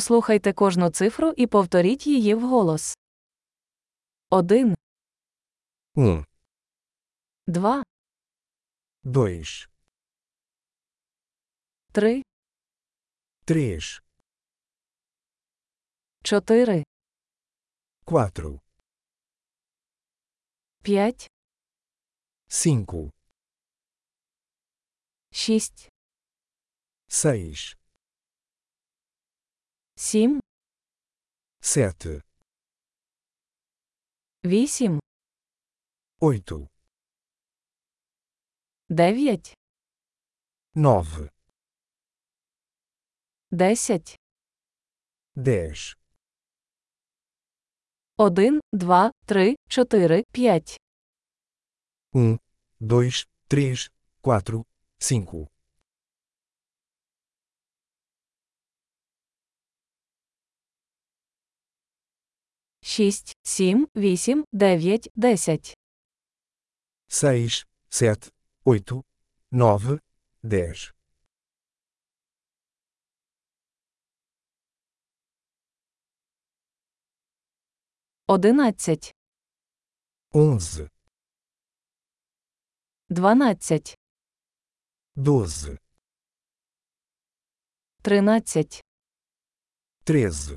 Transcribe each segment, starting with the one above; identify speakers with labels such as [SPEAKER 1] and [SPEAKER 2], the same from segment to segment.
[SPEAKER 1] Послухайте кожну цифру і повторіть її вголос. 1,
[SPEAKER 2] Um,
[SPEAKER 1] 2,
[SPEAKER 2] dois,
[SPEAKER 1] 3,
[SPEAKER 2] três,
[SPEAKER 1] 4,
[SPEAKER 2] quatro,
[SPEAKER 1] 5,
[SPEAKER 2] cinco,
[SPEAKER 1] 6,
[SPEAKER 2] seis,
[SPEAKER 1] 7,
[SPEAKER 2] sete,
[SPEAKER 1] 8,
[SPEAKER 2] oito,
[SPEAKER 1] 9,
[SPEAKER 2] nove,
[SPEAKER 1] 10,
[SPEAKER 2] dez,
[SPEAKER 1] 1, 2, 3, 4, 5,
[SPEAKER 2] um, dois, três, quatro, cinco,
[SPEAKER 1] 6, 7, 8, 9, 10,
[SPEAKER 2] seis, sete, oito, nove, dez,
[SPEAKER 1] 11,
[SPEAKER 2] onze,
[SPEAKER 1] 12,
[SPEAKER 2] doze,
[SPEAKER 1] 13,
[SPEAKER 2] treze,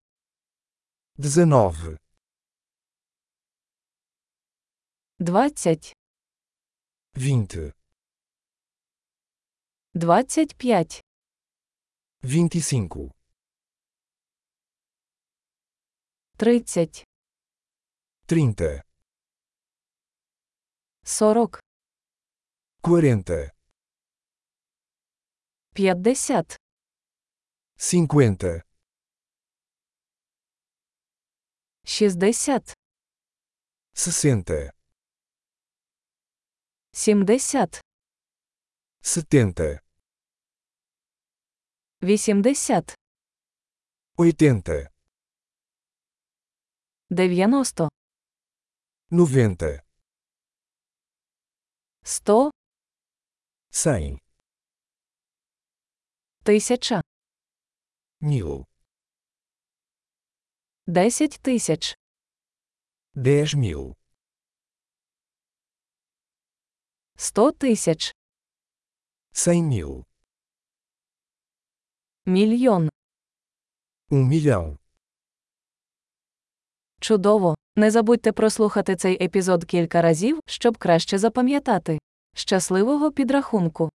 [SPEAKER 2] dezenove,
[SPEAKER 1] 20,
[SPEAKER 2] vinte,
[SPEAKER 1] 25.
[SPEAKER 2] vinte e cinco,
[SPEAKER 1] 30,
[SPEAKER 2] trinta,
[SPEAKER 1] 40,
[SPEAKER 2] quarenta,
[SPEAKER 1] 50,
[SPEAKER 2] cinquenta.
[SPEAKER 1] 60,
[SPEAKER 2] sessenta,
[SPEAKER 1] 70,
[SPEAKER 2] setenta,
[SPEAKER 1] 80,
[SPEAKER 2] oitenta,
[SPEAKER 1] 90,
[SPEAKER 2] noventa,
[SPEAKER 1] 100,
[SPEAKER 2] cem,
[SPEAKER 1] 1000,
[SPEAKER 2] mil,
[SPEAKER 1] 10 тисяч,
[SPEAKER 2] dez mil,
[SPEAKER 1] 100 тисяч,
[SPEAKER 2] cem mil,
[SPEAKER 1] мільйон.
[SPEAKER 2] um milhão.
[SPEAKER 1] Чудово! Не забудьте прослухати цей епізод кілька разів, щоб краще запам'ятати. Щасливого підрахунку!